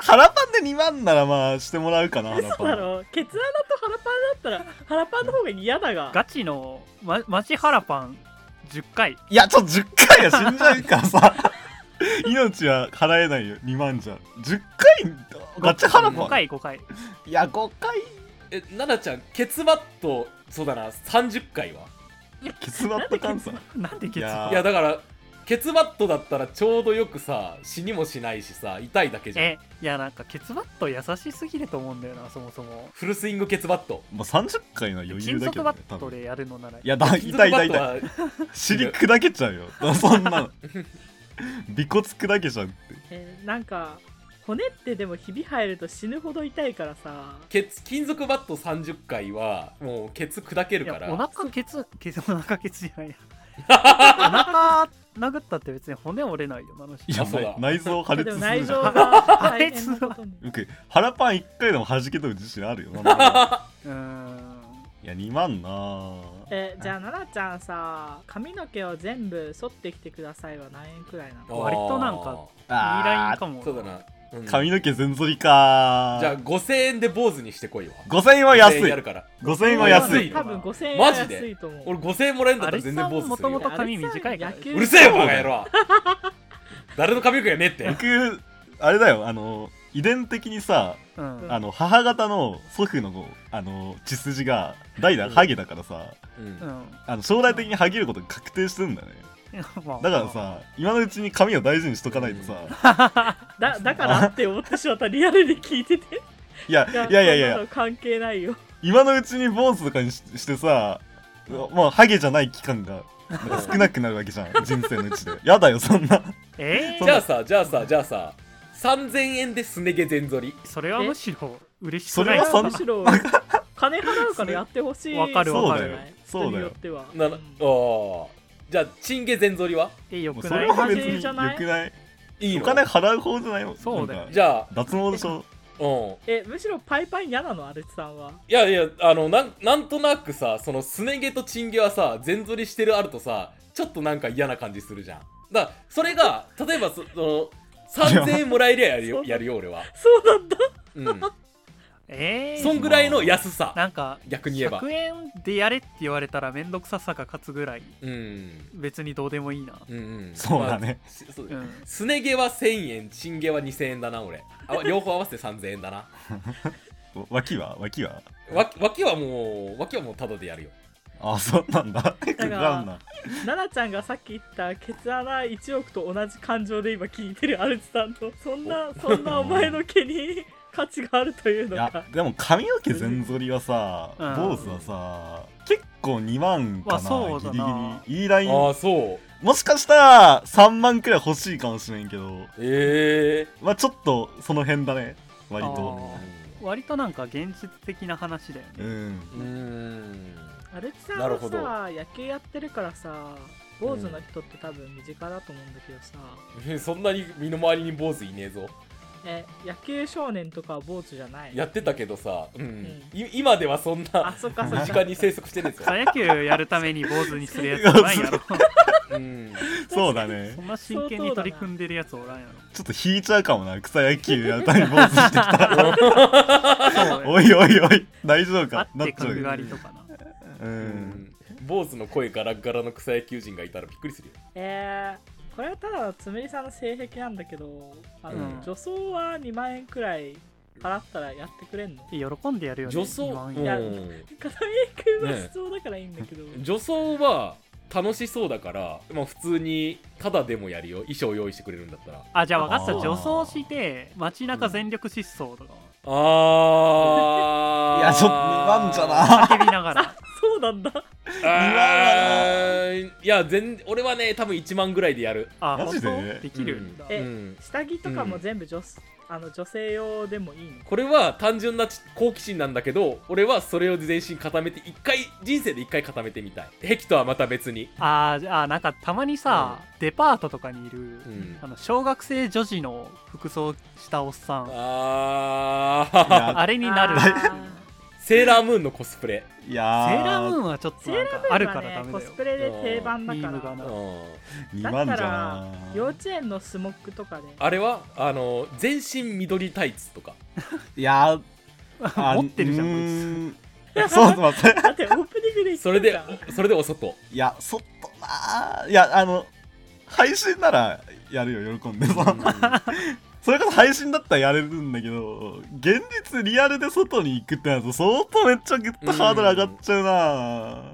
[SPEAKER 4] 腹パンで2万ならまあしてもらうかな腹
[SPEAKER 2] 嘘だ
[SPEAKER 4] パン
[SPEAKER 2] ろケツ穴と腹パンだったら腹パンの方が嫌だが
[SPEAKER 3] ガチの、ま、マジ腹パン10回
[SPEAKER 4] いやちょっと10回は死んじゃうからさ命は払えないよ2万じゃ10回ガチ腹
[SPEAKER 3] 5
[SPEAKER 4] パン
[SPEAKER 3] 回5回
[SPEAKER 4] いや5回
[SPEAKER 1] えナナちゃんケツバットそうだな30回は
[SPEAKER 4] ケツバット換算
[SPEAKER 3] なんでケ
[SPEAKER 4] い
[SPEAKER 3] ツ
[SPEAKER 4] やあ
[SPEAKER 1] いやだからケツバットだったらちょうどよくさ死にもしないしさ痛いだけじゃん
[SPEAKER 3] えいやなんかケツバット優しすぎると思うんだよなそもそも
[SPEAKER 1] フルスイングケツバット
[SPEAKER 4] まあ30回の余
[SPEAKER 3] 金
[SPEAKER 4] 裕だ
[SPEAKER 3] 属
[SPEAKER 4] けど、
[SPEAKER 3] バ
[SPEAKER 4] ね、
[SPEAKER 3] ット
[SPEAKER 4] い
[SPEAKER 3] でやるのなら
[SPEAKER 4] やだ痛い痛
[SPEAKER 1] ケ
[SPEAKER 4] い
[SPEAKER 1] ツ
[SPEAKER 4] 痛
[SPEAKER 1] バ
[SPEAKER 4] い
[SPEAKER 1] ットは
[SPEAKER 4] 尻砕けちゃうよそんなの尾骨砕けちゃうって
[SPEAKER 2] えーなんか骨ってでもひび入ると死ぬほど痛いからさ
[SPEAKER 1] ケツ金属バット30回はもうケツ砕ける
[SPEAKER 3] いや
[SPEAKER 1] か
[SPEAKER 3] お
[SPEAKER 1] ら
[SPEAKER 3] 腹ケツケツお腹ケツじ ゃないやお腹殴ったって別に骨折れないよなのし
[SPEAKER 4] い
[SPEAKER 1] あ
[SPEAKER 4] や
[SPEAKER 1] そうだ
[SPEAKER 4] 内臓破
[SPEAKER 2] で
[SPEAKER 4] 裂
[SPEAKER 2] も
[SPEAKER 4] す
[SPEAKER 2] 内
[SPEAKER 4] るじ
[SPEAKER 2] 臓
[SPEAKER 4] ゃん
[SPEAKER 2] が 大変なことに
[SPEAKER 4] 僕腹パン1回でも弾けとる自信あるよな
[SPEAKER 3] うーん
[SPEAKER 4] いや2万なぁ
[SPEAKER 2] えじゃあ奈々ちゃんさ髪の毛を全部剃ってきてくださいは何円くらいなの
[SPEAKER 3] 割となんか
[SPEAKER 1] あー
[SPEAKER 3] いいライン
[SPEAKER 4] あ
[SPEAKER 3] かも
[SPEAKER 1] そうだな、うん
[SPEAKER 4] ー髪の毛全剃りか
[SPEAKER 1] じゃあ5000円で坊主にしてこいわ
[SPEAKER 4] 5000円は安
[SPEAKER 1] 5000円
[SPEAKER 4] い
[SPEAKER 1] やるから
[SPEAKER 4] 5000円は安い
[SPEAKER 2] 多分5000円
[SPEAKER 1] マジで
[SPEAKER 2] 安いと思う
[SPEAKER 1] 俺5000円もらえるんだっ
[SPEAKER 3] あ
[SPEAKER 1] たら
[SPEAKER 3] れさ
[SPEAKER 1] 全
[SPEAKER 3] ん
[SPEAKER 1] 然坊主
[SPEAKER 3] も
[SPEAKER 1] する
[SPEAKER 3] とも
[SPEAKER 1] よ
[SPEAKER 3] と髪短いから
[SPEAKER 2] 野
[SPEAKER 3] でし
[SPEAKER 2] 球
[SPEAKER 3] ょ
[SPEAKER 1] うるせえよバカ野郎誰の髪の毛がねえって
[SPEAKER 4] 僕あれだよあの遺伝的にさ
[SPEAKER 3] うん
[SPEAKER 4] あの母方の祖父のあの血筋が代々ハゲだからさ、
[SPEAKER 1] うん
[SPEAKER 3] うん
[SPEAKER 4] あの将来的にハゲることが確定してるんだね
[SPEAKER 3] まあ
[SPEAKER 4] だからさ今のうちに髪を大事にしとかないとさ、
[SPEAKER 2] だだからって思ってしまったリアルで聞いてて
[SPEAKER 4] い やいやいやいや
[SPEAKER 2] そんなの関係ないよ
[SPEAKER 4] 今のうちに坊主とかにししてさまあハゲじゃない期間がなんか少なくなるわけじゃん人生のうちでやだよそんな
[SPEAKER 3] えー
[SPEAKER 1] じゃあさじゃあさじゃあさ3000円ですね毛全剃り
[SPEAKER 3] それはむしろ嬉し
[SPEAKER 4] そ
[SPEAKER 3] くな
[SPEAKER 4] れ
[SPEAKER 3] い
[SPEAKER 4] はそん
[SPEAKER 2] むしろ金払うからやってほしい
[SPEAKER 3] わかるわか
[SPEAKER 4] そう
[SPEAKER 2] 人に
[SPEAKER 3] る
[SPEAKER 4] だよ
[SPEAKER 2] よっては
[SPEAKER 1] ななおーじゃあチン毛全剃りは
[SPEAKER 3] えよ
[SPEAKER 4] もう
[SPEAKER 3] く
[SPEAKER 4] そ
[SPEAKER 3] な
[SPEAKER 4] れ
[SPEAKER 3] い
[SPEAKER 4] は別に
[SPEAKER 2] 同じ
[SPEAKER 4] 良
[SPEAKER 2] じゃ
[SPEAKER 4] く
[SPEAKER 2] ない
[SPEAKER 4] ない
[SPEAKER 1] いい
[SPEAKER 4] お
[SPEAKER 1] の
[SPEAKER 4] 金払う方じゃないもん
[SPEAKER 3] そうだよ
[SPEAKER 4] なんか
[SPEAKER 1] じゃあ
[SPEAKER 4] 脱毛でしょ
[SPEAKER 1] うん
[SPEAKER 2] えむしろパイパン嫌なのアルチさんはい
[SPEAKER 1] やいやあのなんなんとなくさそのすね毛とチン毛はさ全剃りしてるあるとさちょっとなんか嫌な感じするじゃんだからそれが例えばそその3000円もらえりゃやるよ
[SPEAKER 2] いや
[SPEAKER 1] やるよ俺は、
[SPEAKER 2] そうなんだ
[SPEAKER 1] うん、
[SPEAKER 3] えー
[SPEAKER 1] そんぐらいの安さ
[SPEAKER 3] なんか
[SPEAKER 1] 逆に言えば
[SPEAKER 3] 100円でやれって言われたら面倒くささが勝つぐらい
[SPEAKER 1] うん
[SPEAKER 3] 別にどうでもいいな
[SPEAKER 1] うんうん
[SPEAKER 4] そうだね
[SPEAKER 1] まあしそう
[SPEAKER 3] うん
[SPEAKER 1] すね毛は1000円チン毛は2000円だな俺あ両方合わせて3000円だな
[SPEAKER 4] 脇は脇は
[SPEAKER 1] わ脇はもう脇はもうタダでやるよ
[SPEAKER 4] あそうなんだよくわかん な
[SPEAKER 2] 奈々ちゃんがさっき言ったケツ穴1億と同じ感情で今聞いてるアルチさんとそんなそんなお前の毛に価値があるという
[SPEAKER 4] い
[SPEAKER 2] の
[SPEAKER 4] や
[SPEAKER 2] か
[SPEAKER 4] でも髪の毛全剃りはさ、
[SPEAKER 3] うん
[SPEAKER 4] 坊主はさ結構2万か
[SPEAKER 3] まあ
[SPEAKER 4] な、
[SPEAKER 3] そうだな
[SPEAKER 4] ギリギリいいライン
[SPEAKER 1] ああそう
[SPEAKER 4] もしかしたら3万くらい欲しいかもしれんけど
[SPEAKER 1] ええ
[SPEAKER 4] まあちょっとその辺だね割と
[SPEAKER 3] あ割となんか現実的な話だよ
[SPEAKER 4] う
[SPEAKER 3] ね、
[SPEAKER 4] ん
[SPEAKER 1] ー、うん
[SPEAKER 2] アルチさん
[SPEAKER 1] なる
[SPEAKER 2] は
[SPEAKER 1] ほど
[SPEAKER 2] さ野球やってるからさ坊主の人って多分身近だと思うんだけどさ、
[SPEAKER 1] え そんなに身の回りに坊主いねえぞ
[SPEAKER 2] え野球少年とかは坊主じゃない
[SPEAKER 1] やってたけどさ、うん
[SPEAKER 2] ん
[SPEAKER 1] い今ではそん
[SPEAKER 2] あ
[SPEAKER 1] な
[SPEAKER 2] そっかそっ
[SPEAKER 1] 身
[SPEAKER 2] か
[SPEAKER 1] 近に生息してるん ですよ
[SPEAKER 3] 草、野球やるために坊主にするやつおらんやろ
[SPEAKER 1] うん、
[SPEAKER 4] そうだね
[SPEAKER 3] そんな真剣に取り組んでるやつおらんや
[SPEAKER 4] ちょっと引いちゃうかもな草野球やるために坊 主してきたら
[SPEAKER 3] ろそう
[SPEAKER 4] おいおいおい大丈夫
[SPEAKER 3] あ
[SPEAKER 4] か
[SPEAKER 3] っ
[SPEAKER 4] なってちゃ
[SPEAKER 3] 角
[SPEAKER 4] う
[SPEAKER 3] 刈
[SPEAKER 4] よ
[SPEAKER 3] りとかな
[SPEAKER 4] う
[SPEAKER 1] うんん坊主の声ガラッガラの草野球人がいたらびっくりするよ
[SPEAKER 2] えー、これはただのつむりさんの性癖なんだけどあの、
[SPEAKER 3] うん
[SPEAKER 2] 女装は2万円くらい払ったらやってくれんの
[SPEAKER 3] 喜んでやるよね
[SPEAKER 1] 女装
[SPEAKER 3] 2万
[SPEAKER 1] う
[SPEAKER 3] 円
[SPEAKER 2] や
[SPEAKER 1] ん
[SPEAKER 2] 片目くんはしそうだからいいんだけど、
[SPEAKER 1] 女装は楽しそうだから、まあ、普通にただでもやるよ衣装用意してくれるんだったら
[SPEAKER 3] あじゃあ分かった
[SPEAKER 4] あー
[SPEAKER 3] 女装して街中全力疾走とか
[SPEAKER 1] あー
[SPEAKER 4] いやちょっと2万じゃな
[SPEAKER 3] 叫びながら
[SPEAKER 2] そうなんだ
[SPEAKER 1] あーいや全俺はね多分1万ぐらいでやる
[SPEAKER 3] あ
[SPEAKER 4] マジで
[SPEAKER 3] 本当できるんだ、
[SPEAKER 2] え
[SPEAKER 1] うん
[SPEAKER 2] 下着とかも全部女,、あの女性用でもいいの
[SPEAKER 1] これは単純なち好奇心なんだけど俺はそれを全身固めて一回人生で一回固めてみたい壁とはまた別に
[SPEAKER 3] あーじゃあなんかたまにさ、デパートとかにいる、
[SPEAKER 1] ん
[SPEAKER 3] あの小学生女児の服装したおっさんあ
[SPEAKER 1] あ
[SPEAKER 4] いや
[SPEAKER 1] ー
[SPEAKER 3] れになる
[SPEAKER 2] あ
[SPEAKER 3] セ
[SPEAKER 2] ー
[SPEAKER 1] セーラームーンのコスプレ
[SPEAKER 4] いや
[SPEAKER 3] ーラームー
[SPEAKER 4] ー
[SPEAKER 3] ンはちょっと
[SPEAKER 2] セ
[SPEAKER 3] な
[SPEAKER 2] ー
[SPEAKER 3] ん
[SPEAKER 2] ラー
[SPEAKER 3] か
[SPEAKER 2] ムーン
[SPEAKER 3] あ
[SPEAKER 2] は、
[SPEAKER 3] る
[SPEAKER 2] ね、
[SPEAKER 3] からダメだ
[SPEAKER 2] コ
[SPEAKER 3] よ
[SPEAKER 2] スプレで定番だか
[SPEAKER 3] ビームが
[SPEAKER 2] ら
[SPEAKER 3] な
[SPEAKER 1] うん
[SPEAKER 4] 2
[SPEAKER 2] だっ
[SPEAKER 4] 万
[SPEAKER 2] た
[SPEAKER 4] じ
[SPEAKER 2] ら
[SPEAKER 4] ゃ
[SPEAKER 2] 幼
[SPEAKER 4] な
[SPEAKER 2] 稚園のスモックとかで
[SPEAKER 1] あれはあの全身緑タイツとか
[SPEAKER 4] いやー あ
[SPEAKER 3] 持ってるじゃん
[SPEAKER 4] う
[SPEAKER 3] こいつ
[SPEAKER 4] ーんいやそうだって
[SPEAKER 2] だってオープニングで言って
[SPEAKER 1] それで
[SPEAKER 2] たじゃん
[SPEAKER 1] おそれでお外
[SPEAKER 4] いやそっとなーいやあの配信ならやるよ喜んでさ それこそ配信だったらやれるんだけど現実リアルで外に行くってなると相当めっちゃグッとハードル上がっちゃうな、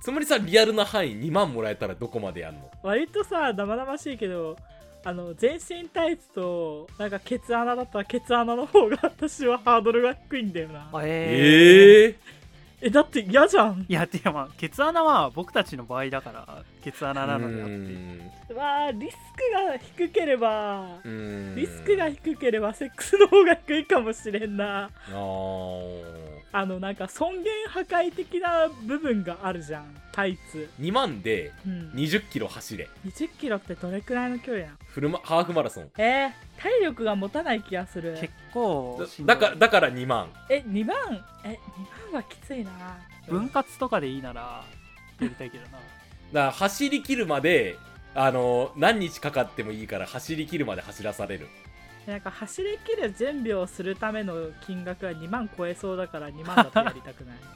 [SPEAKER 1] つまりさんリアルな範囲2万もらえたらどこまでやんの
[SPEAKER 2] 割とさ生々しいけどあの全身タイツとなんかケツ穴だったらケツ穴の方が私はハードルが低いんだよな
[SPEAKER 3] あえー
[SPEAKER 1] ええ
[SPEAKER 2] えだって嫌じゃん
[SPEAKER 3] いやてかまあケツ穴は僕たちの場合だからケツ穴なのであっ
[SPEAKER 1] う
[SPEAKER 3] て
[SPEAKER 1] ん
[SPEAKER 2] わあリスクが低ければ
[SPEAKER 1] うん
[SPEAKER 2] リスクが低ければセックスの方が低いかもしれんな
[SPEAKER 1] あー
[SPEAKER 2] あのなんか尊厳破壊的な部分があるじゃんタイツ、
[SPEAKER 1] 2万で
[SPEAKER 2] うん、
[SPEAKER 1] 2 0キロ走れ
[SPEAKER 2] 20キロってどれくらいの距離なの
[SPEAKER 1] フルマハーフマラソン
[SPEAKER 2] えー、体力が持たない気がする
[SPEAKER 3] 結構しんど
[SPEAKER 1] だ
[SPEAKER 3] い
[SPEAKER 1] かだから2万
[SPEAKER 2] え2番え2番はきついな
[SPEAKER 3] 分割とかでいいならやりたいけ どな
[SPEAKER 1] だから走り切るまであの何日かかってもいいから走り切るまで走らされる
[SPEAKER 2] なんか走り切る準備をするための金額は2万超えそうだから2万だとやりたくない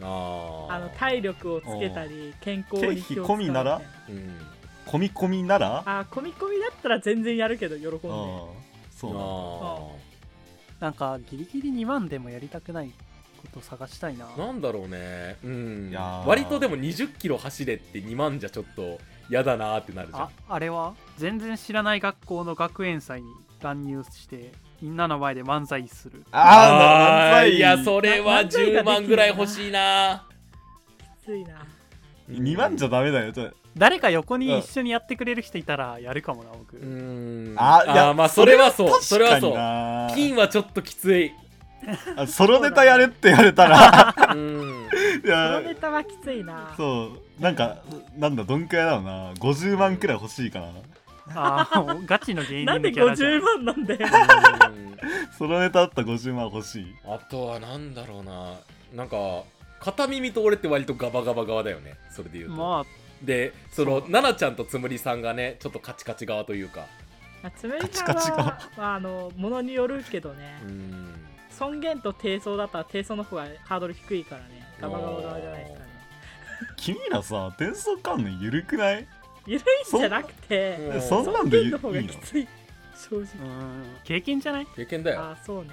[SPEAKER 1] あー
[SPEAKER 2] あの体力をつけたり健康に気を
[SPEAKER 4] 経費込みなら
[SPEAKER 2] 使うみたい
[SPEAKER 1] うん
[SPEAKER 4] 込み込みならあ
[SPEAKER 2] なあ込み込みだったら全然やるけど喜んで
[SPEAKER 4] あーそうなんだ
[SPEAKER 1] あ
[SPEAKER 3] なんかギリギリ2万でもやりたくないこと探したいな
[SPEAKER 1] ーなんだろうねうん
[SPEAKER 4] いやー
[SPEAKER 1] 割とでも2 0キロ走れって2万じゃちょっと嫌だなーってなるじゃん
[SPEAKER 3] ああれは全然知らない学校の学園祭に乱入してみんなの前で漫才する
[SPEAKER 4] あー
[SPEAKER 1] ー
[SPEAKER 4] なんだ
[SPEAKER 1] いやそれは
[SPEAKER 2] 漫才ができる
[SPEAKER 1] 10
[SPEAKER 2] な
[SPEAKER 1] 万ぐらい欲しいな
[SPEAKER 2] きついな
[SPEAKER 4] 2万じゃダメだよちょっと
[SPEAKER 3] 誰か横に一緒にやってくれる人いたらやるかもな僕、
[SPEAKER 1] うーん
[SPEAKER 4] あいや
[SPEAKER 1] ーまあそれはそうそれは
[SPEAKER 4] 確
[SPEAKER 1] そう
[SPEAKER 4] か
[SPEAKER 1] ピ
[SPEAKER 4] に
[SPEAKER 1] ンはちょっときつい
[SPEAKER 4] なあソロネタやれって言われたら
[SPEAKER 1] うん
[SPEAKER 4] い
[SPEAKER 2] こ
[SPEAKER 4] や
[SPEAKER 2] のネタはきついな
[SPEAKER 4] そうなんかなんだどんくらいだろうな50万くらい欲しいかな
[SPEAKER 3] ああもうガチの芸人
[SPEAKER 2] なん
[SPEAKER 3] の
[SPEAKER 2] で
[SPEAKER 3] キャラじゃん
[SPEAKER 2] 50万なんだ よ
[SPEAKER 4] ソロネタだったら50万欲しい
[SPEAKER 1] あとはなんだろうななんか片耳と俺って割とガバガバ側だよねそれで言うと、
[SPEAKER 3] ま
[SPEAKER 1] でその奈々ちゃんとつむりさんがねちょっとカチカチ側というか
[SPEAKER 2] あつむりさん
[SPEAKER 4] カチカチ
[SPEAKER 2] は
[SPEAKER 4] が、
[SPEAKER 2] まあ、あのものによるけどね
[SPEAKER 1] うん
[SPEAKER 2] 尊厳と低層だったら低層の方がハードル低いからねガバガバ側じゃないですかね
[SPEAKER 4] 君らさ転送観念緩くない
[SPEAKER 2] 緩いんじゃなくて
[SPEAKER 1] うん
[SPEAKER 4] そんな
[SPEAKER 2] 尊
[SPEAKER 4] んでいい
[SPEAKER 2] 厳の
[SPEAKER 4] の
[SPEAKER 2] 方がきつい正直
[SPEAKER 3] あうん経験じゃない
[SPEAKER 1] 経験だよ
[SPEAKER 2] あそうね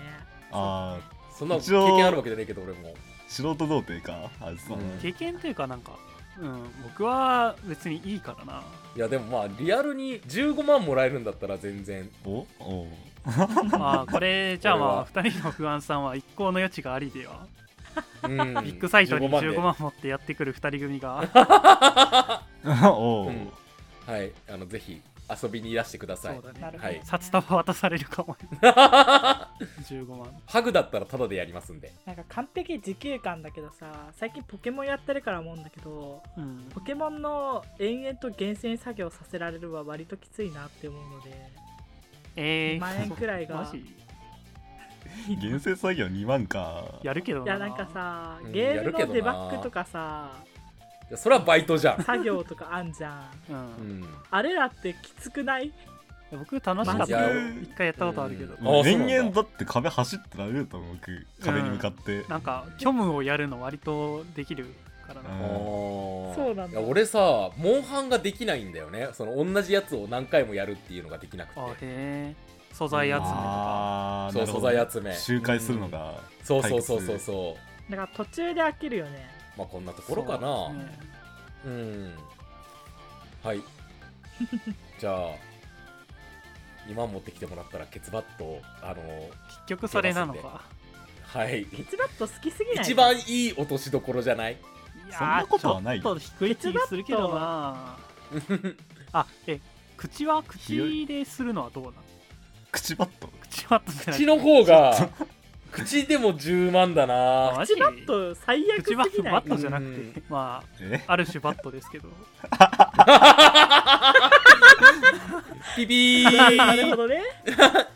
[SPEAKER 4] あ
[SPEAKER 1] そんな経
[SPEAKER 4] 一応
[SPEAKER 1] 験あるわけじゃないけど俺も
[SPEAKER 4] ー素人童貞かあそう、
[SPEAKER 1] うん
[SPEAKER 3] 経験というかなんかうん僕は別にいいからない
[SPEAKER 1] やでもまあリアルに15万もらえるんだったら全然
[SPEAKER 4] おお
[SPEAKER 3] まあこれじゃあ ま
[SPEAKER 1] これは
[SPEAKER 3] あ2人の不安さんは一向の余地がありでは
[SPEAKER 1] うん
[SPEAKER 3] ビッグサイトに15
[SPEAKER 1] 15
[SPEAKER 3] 万持ってやってくる2人 組が
[SPEAKER 4] おう
[SPEAKER 1] うんではいあのぜひ遊びにいらしてくだ
[SPEAKER 3] そ
[SPEAKER 1] さいう
[SPEAKER 3] だ
[SPEAKER 2] な
[SPEAKER 3] ね
[SPEAKER 2] るほど、
[SPEAKER 1] はい
[SPEAKER 3] 札束渡されるか も15万
[SPEAKER 1] ハグだったらタダでやりますんで
[SPEAKER 2] なんか完璧時給感だけどさ最近ポケモンやってるから思うんだけど
[SPEAKER 3] うん
[SPEAKER 2] ポケモンの延々と厳選作業させられるは割ときついなって思うので
[SPEAKER 3] えー、
[SPEAKER 2] 2万円くらいが
[SPEAKER 3] マジ
[SPEAKER 4] 厳選作業2万か
[SPEAKER 3] やるけど
[SPEAKER 2] いやなんかさ
[SPEAKER 1] うん
[SPEAKER 2] ゲーム
[SPEAKER 1] やるけどな
[SPEAKER 2] のデバッグとかさ
[SPEAKER 1] いやそれはバイトじゃん、
[SPEAKER 2] 作業とかあんじゃん
[SPEAKER 3] うん
[SPEAKER 1] うん、
[SPEAKER 2] あれらってきつくない
[SPEAKER 3] 僕楽しかっ
[SPEAKER 2] マジ
[SPEAKER 3] た
[SPEAKER 1] で
[SPEAKER 3] 一回やったことあるけ
[SPEAKER 1] うん
[SPEAKER 3] ど、
[SPEAKER 1] あそうなん
[SPEAKER 4] 人
[SPEAKER 1] だ
[SPEAKER 4] 間だって壁走ってられると思う僕壁に向かって、
[SPEAKER 3] なんか虚無をやるの割とできるからな、
[SPEAKER 4] うん
[SPEAKER 2] そ
[SPEAKER 1] そう
[SPEAKER 2] なんだ
[SPEAKER 1] 俺さモンハンができないんだよねその同じやつを何回もやるっていうのができなくて
[SPEAKER 3] あへえ素材集めとか
[SPEAKER 4] あー
[SPEAKER 1] そう
[SPEAKER 4] なるほ
[SPEAKER 1] 素
[SPEAKER 4] ど
[SPEAKER 1] 材集め
[SPEAKER 4] 周回するのが、
[SPEAKER 1] そうそうそうそうそう
[SPEAKER 2] だから途中で飽きるよね
[SPEAKER 1] まあこんなところかな,、
[SPEAKER 3] そううですね
[SPEAKER 1] んはい じゃあ今持ってきてもらったらケツバットあの
[SPEAKER 3] 結局それなのか
[SPEAKER 1] はい
[SPEAKER 2] ケツバット好きすぎない
[SPEAKER 1] 一番いい落としどころじゃない
[SPEAKER 3] い
[SPEAKER 4] そんなことはない
[SPEAKER 3] ちょっと低い気がするけどなあえ口は口でするのはどうなの
[SPEAKER 4] 口バット
[SPEAKER 3] 口はとじゃない
[SPEAKER 1] 口の方が口でも10万だな
[SPEAKER 3] マジ
[SPEAKER 2] 口バット最悪
[SPEAKER 3] 口
[SPEAKER 2] すぎ
[SPEAKER 3] は
[SPEAKER 2] ない
[SPEAKER 3] バットじゃなくて、
[SPEAKER 1] う
[SPEAKER 3] ま
[SPEAKER 4] え
[SPEAKER 3] あある種バットですけど
[SPEAKER 1] ピピー
[SPEAKER 2] なる ほどね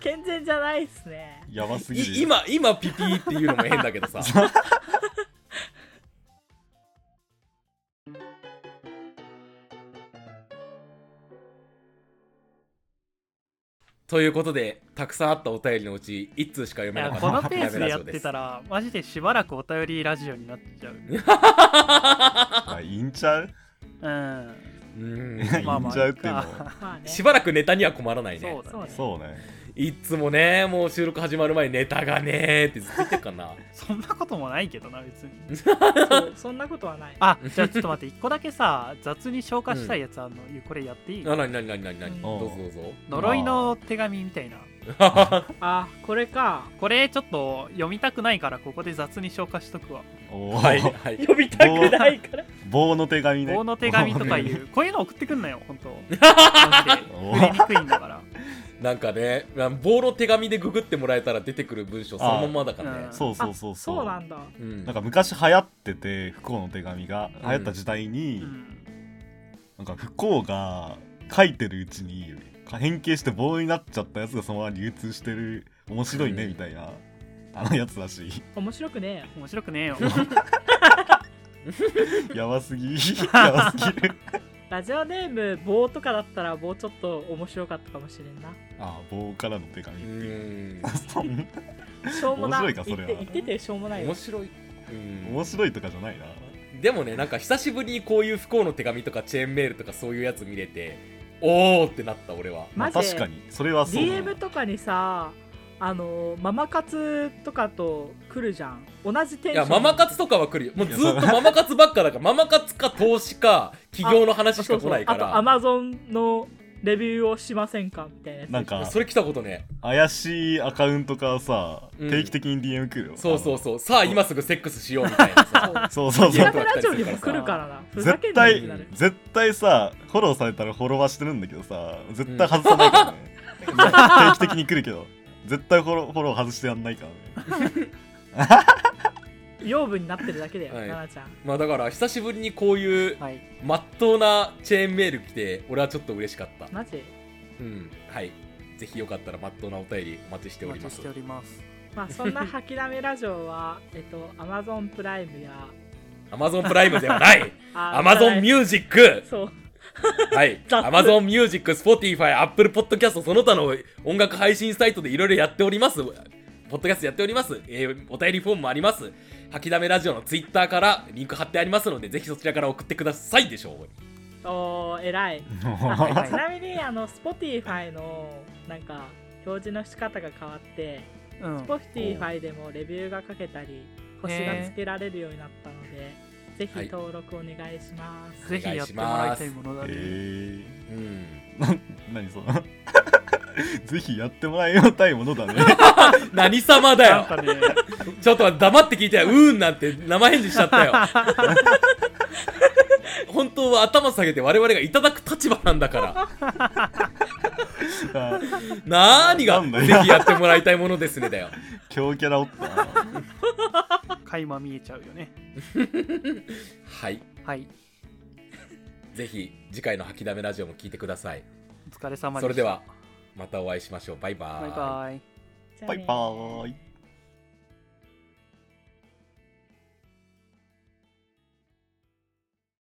[SPEAKER 2] 健全じゃないっすね
[SPEAKER 4] やばすぎる
[SPEAKER 1] い今今ピピーっていうのも変だけど さということでたくさんあったお便りのうち1通しか読
[SPEAKER 3] い
[SPEAKER 1] めな
[SPEAKER 3] や
[SPEAKER 1] かった
[SPEAKER 3] このペースでやってた
[SPEAKER 1] ら
[SPEAKER 3] らマジでしばらくお便りラジオになっちゃう
[SPEAKER 4] あいいんちゃう
[SPEAKER 3] うん
[SPEAKER 4] まあまあいいんちゃうっていうの
[SPEAKER 3] いい か
[SPEAKER 2] まあね
[SPEAKER 1] しばらくネタには困らないね
[SPEAKER 3] そうだ
[SPEAKER 2] そう
[SPEAKER 3] ね
[SPEAKER 2] ね
[SPEAKER 4] そうね
[SPEAKER 1] いつもねもう収録始まる前にネタがねーってずっと言ってるか な
[SPEAKER 3] そんなこともないけどな別に
[SPEAKER 2] そうそんなことはない
[SPEAKER 3] あ じゃあちょっと待って1個だけさ雑に消化したいやつあんの、これやっていい
[SPEAKER 1] あなになになになになに
[SPEAKER 2] うん
[SPEAKER 1] どうぞどうぞ
[SPEAKER 3] 呪いの手紙みたいな
[SPEAKER 1] う
[SPEAKER 2] あこれか
[SPEAKER 3] これちょっと読みたくないからここで雑に消化しとくわ
[SPEAKER 4] おー
[SPEAKER 1] はい、 はい、
[SPEAKER 2] 呼びたくないから
[SPEAKER 4] 棒の手紙ね
[SPEAKER 3] 棒の手紙とかいうこういうの送ってくんなよ本 当マジで
[SPEAKER 4] お
[SPEAKER 3] 振りにくいんだから
[SPEAKER 1] なんかね、あ棒の手紙でググってもらえたら出てくる文章そのままだからね
[SPEAKER 3] あ。
[SPEAKER 4] そうそうそう
[SPEAKER 2] あそうなんだ
[SPEAKER 1] うん
[SPEAKER 4] なんか昔流行ってて不幸の手紙が
[SPEAKER 1] うん
[SPEAKER 4] 流行った時代に、
[SPEAKER 3] うん
[SPEAKER 4] なんか不幸が書いてるうちに変形して棒になっちゃったやつがそのまま流通してる面白いね
[SPEAKER 1] うん
[SPEAKER 4] みたいな、あのやつらしい
[SPEAKER 2] 面白くね
[SPEAKER 3] 面白く ねえよ
[SPEAKER 4] やばすぎやばすぎる
[SPEAKER 2] えよラジオネーム棒とかだったら棒ちょっと面白かったかもしれんな
[SPEAKER 4] あ棒からの手
[SPEAKER 1] う
[SPEAKER 4] 紙
[SPEAKER 1] ん
[SPEAKER 4] そん
[SPEAKER 2] しょうもな
[SPEAKER 4] 面白いかそれは
[SPEAKER 2] 言って言っててしょうもない
[SPEAKER 1] 面
[SPEAKER 2] よ
[SPEAKER 1] 白い。うん
[SPEAKER 4] 面白いとかじゃないな
[SPEAKER 1] でもね、なんか久しぶりにこういう不幸の手紙とかチェーンメールとかそういうやつ見れて、おーってなった俺は。
[SPEAKER 4] まあ
[SPEAKER 2] マジで
[SPEAKER 4] 確かにそれはそうだな
[SPEAKER 2] DM とかにさあのママ活とかと来るじゃん同じテン
[SPEAKER 1] い
[SPEAKER 2] ショ
[SPEAKER 1] や、
[SPEAKER 2] ン
[SPEAKER 1] ママ活とかは来るよ。もうずっとママ活ばっかだから、ママ活か投資か企業の話しか来ないか
[SPEAKER 2] そうそうあとア
[SPEAKER 1] ら。
[SPEAKER 2] マゾンのレビューをしませんかみたいなやつ
[SPEAKER 4] なんか
[SPEAKER 1] それ来たことね。
[SPEAKER 4] 怪しいアカウントからさ、
[SPEAKER 1] うん
[SPEAKER 4] 定期的に DM 来るよ
[SPEAKER 1] そうそう
[SPEAKER 4] あ
[SPEAKER 1] そう。さあ、今すぐセックスしようみたいなさ。
[SPEAKER 4] のそうそう
[SPEAKER 2] シ
[SPEAKER 4] そ
[SPEAKER 2] ラ
[SPEAKER 4] う
[SPEAKER 2] フラジオにも来るからなふざけ
[SPEAKER 4] 絶
[SPEAKER 2] んなよっ
[SPEAKER 4] 対
[SPEAKER 2] てなる
[SPEAKER 4] 絶対さフォローされたらフォロワーしてるんだけどさ絶対外さないからね、定期的に来るけど絶対フォローフォロー外してやんないからね
[SPEAKER 2] 養分になってるだけだよ
[SPEAKER 1] はい
[SPEAKER 2] 奈々ちゃん
[SPEAKER 1] まあだから、久しぶりにこういう
[SPEAKER 3] はい
[SPEAKER 1] まっとうなチェーンメール来て、俺はちょっと嬉しかった。
[SPEAKER 2] マジ
[SPEAKER 1] うん、はい。ぜひよかったら、まっとうなお便りお待ちして
[SPEAKER 3] お
[SPEAKER 1] おり
[SPEAKER 3] 待
[SPEAKER 1] ま
[SPEAKER 3] ち
[SPEAKER 1] す。
[SPEAKER 3] しております
[SPEAKER 2] まあそんな吐きだめラジオは えっとアマゾンプライムや
[SPEAKER 1] Amazon プライムでは ない
[SPEAKER 2] あ
[SPEAKER 1] !Amazon ミュージック
[SPEAKER 2] そう
[SPEAKER 1] はい。
[SPEAKER 2] 雑
[SPEAKER 1] Amazon ミュージック、Spotify、Apple Podcast、その他の音楽配信サイトでいろいろやっております。ポッドキャストやっております。えーお便りフォームもあります。吐きだめラジオの Twitter からリンク貼ってありますので、ぜひそちらから送ってくださいでしょう。
[SPEAKER 2] おー偉い
[SPEAKER 3] は
[SPEAKER 2] あ
[SPEAKER 3] い
[SPEAKER 2] ちなみにあの Spotify のなんか表示の仕方が変わって
[SPEAKER 3] うん
[SPEAKER 2] Spotify でもレビューが書けたり星がつけられるようになったのでぜ
[SPEAKER 1] は
[SPEAKER 2] ひ
[SPEAKER 1] い
[SPEAKER 2] 登録お願いします、
[SPEAKER 3] ぜひやってもらいたいものだね、
[SPEAKER 4] え
[SPEAKER 1] うん。
[SPEAKER 4] ー、何その ぜひやってもらいたいものだね
[SPEAKER 1] 何様だ
[SPEAKER 3] なん
[SPEAKER 1] よ
[SPEAKER 3] かね
[SPEAKER 1] ちょっと黙って聞いたよ。うーんなんて生返事しちゃったよ。 本当は頭下げて我々がいただく立場なんだから。
[SPEAKER 4] あ
[SPEAKER 1] なーにが
[SPEAKER 4] なんだよ
[SPEAKER 1] ぜひやってもらいたいものですねだよ。
[SPEAKER 4] 強キャラおったな
[SPEAKER 3] 垣間見えちゃうよね
[SPEAKER 1] はい。
[SPEAKER 3] はい
[SPEAKER 1] ぜひ次回の吐きだめラジオも聞いてください。
[SPEAKER 3] お疲れ様で
[SPEAKER 1] そ
[SPEAKER 3] した
[SPEAKER 1] れではまたお会いしましょう。バイバー
[SPEAKER 3] バイバイ
[SPEAKER 2] じゃあ
[SPEAKER 4] バ
[SPEAKER 2] ね
[SPEAKER 4] イバーイ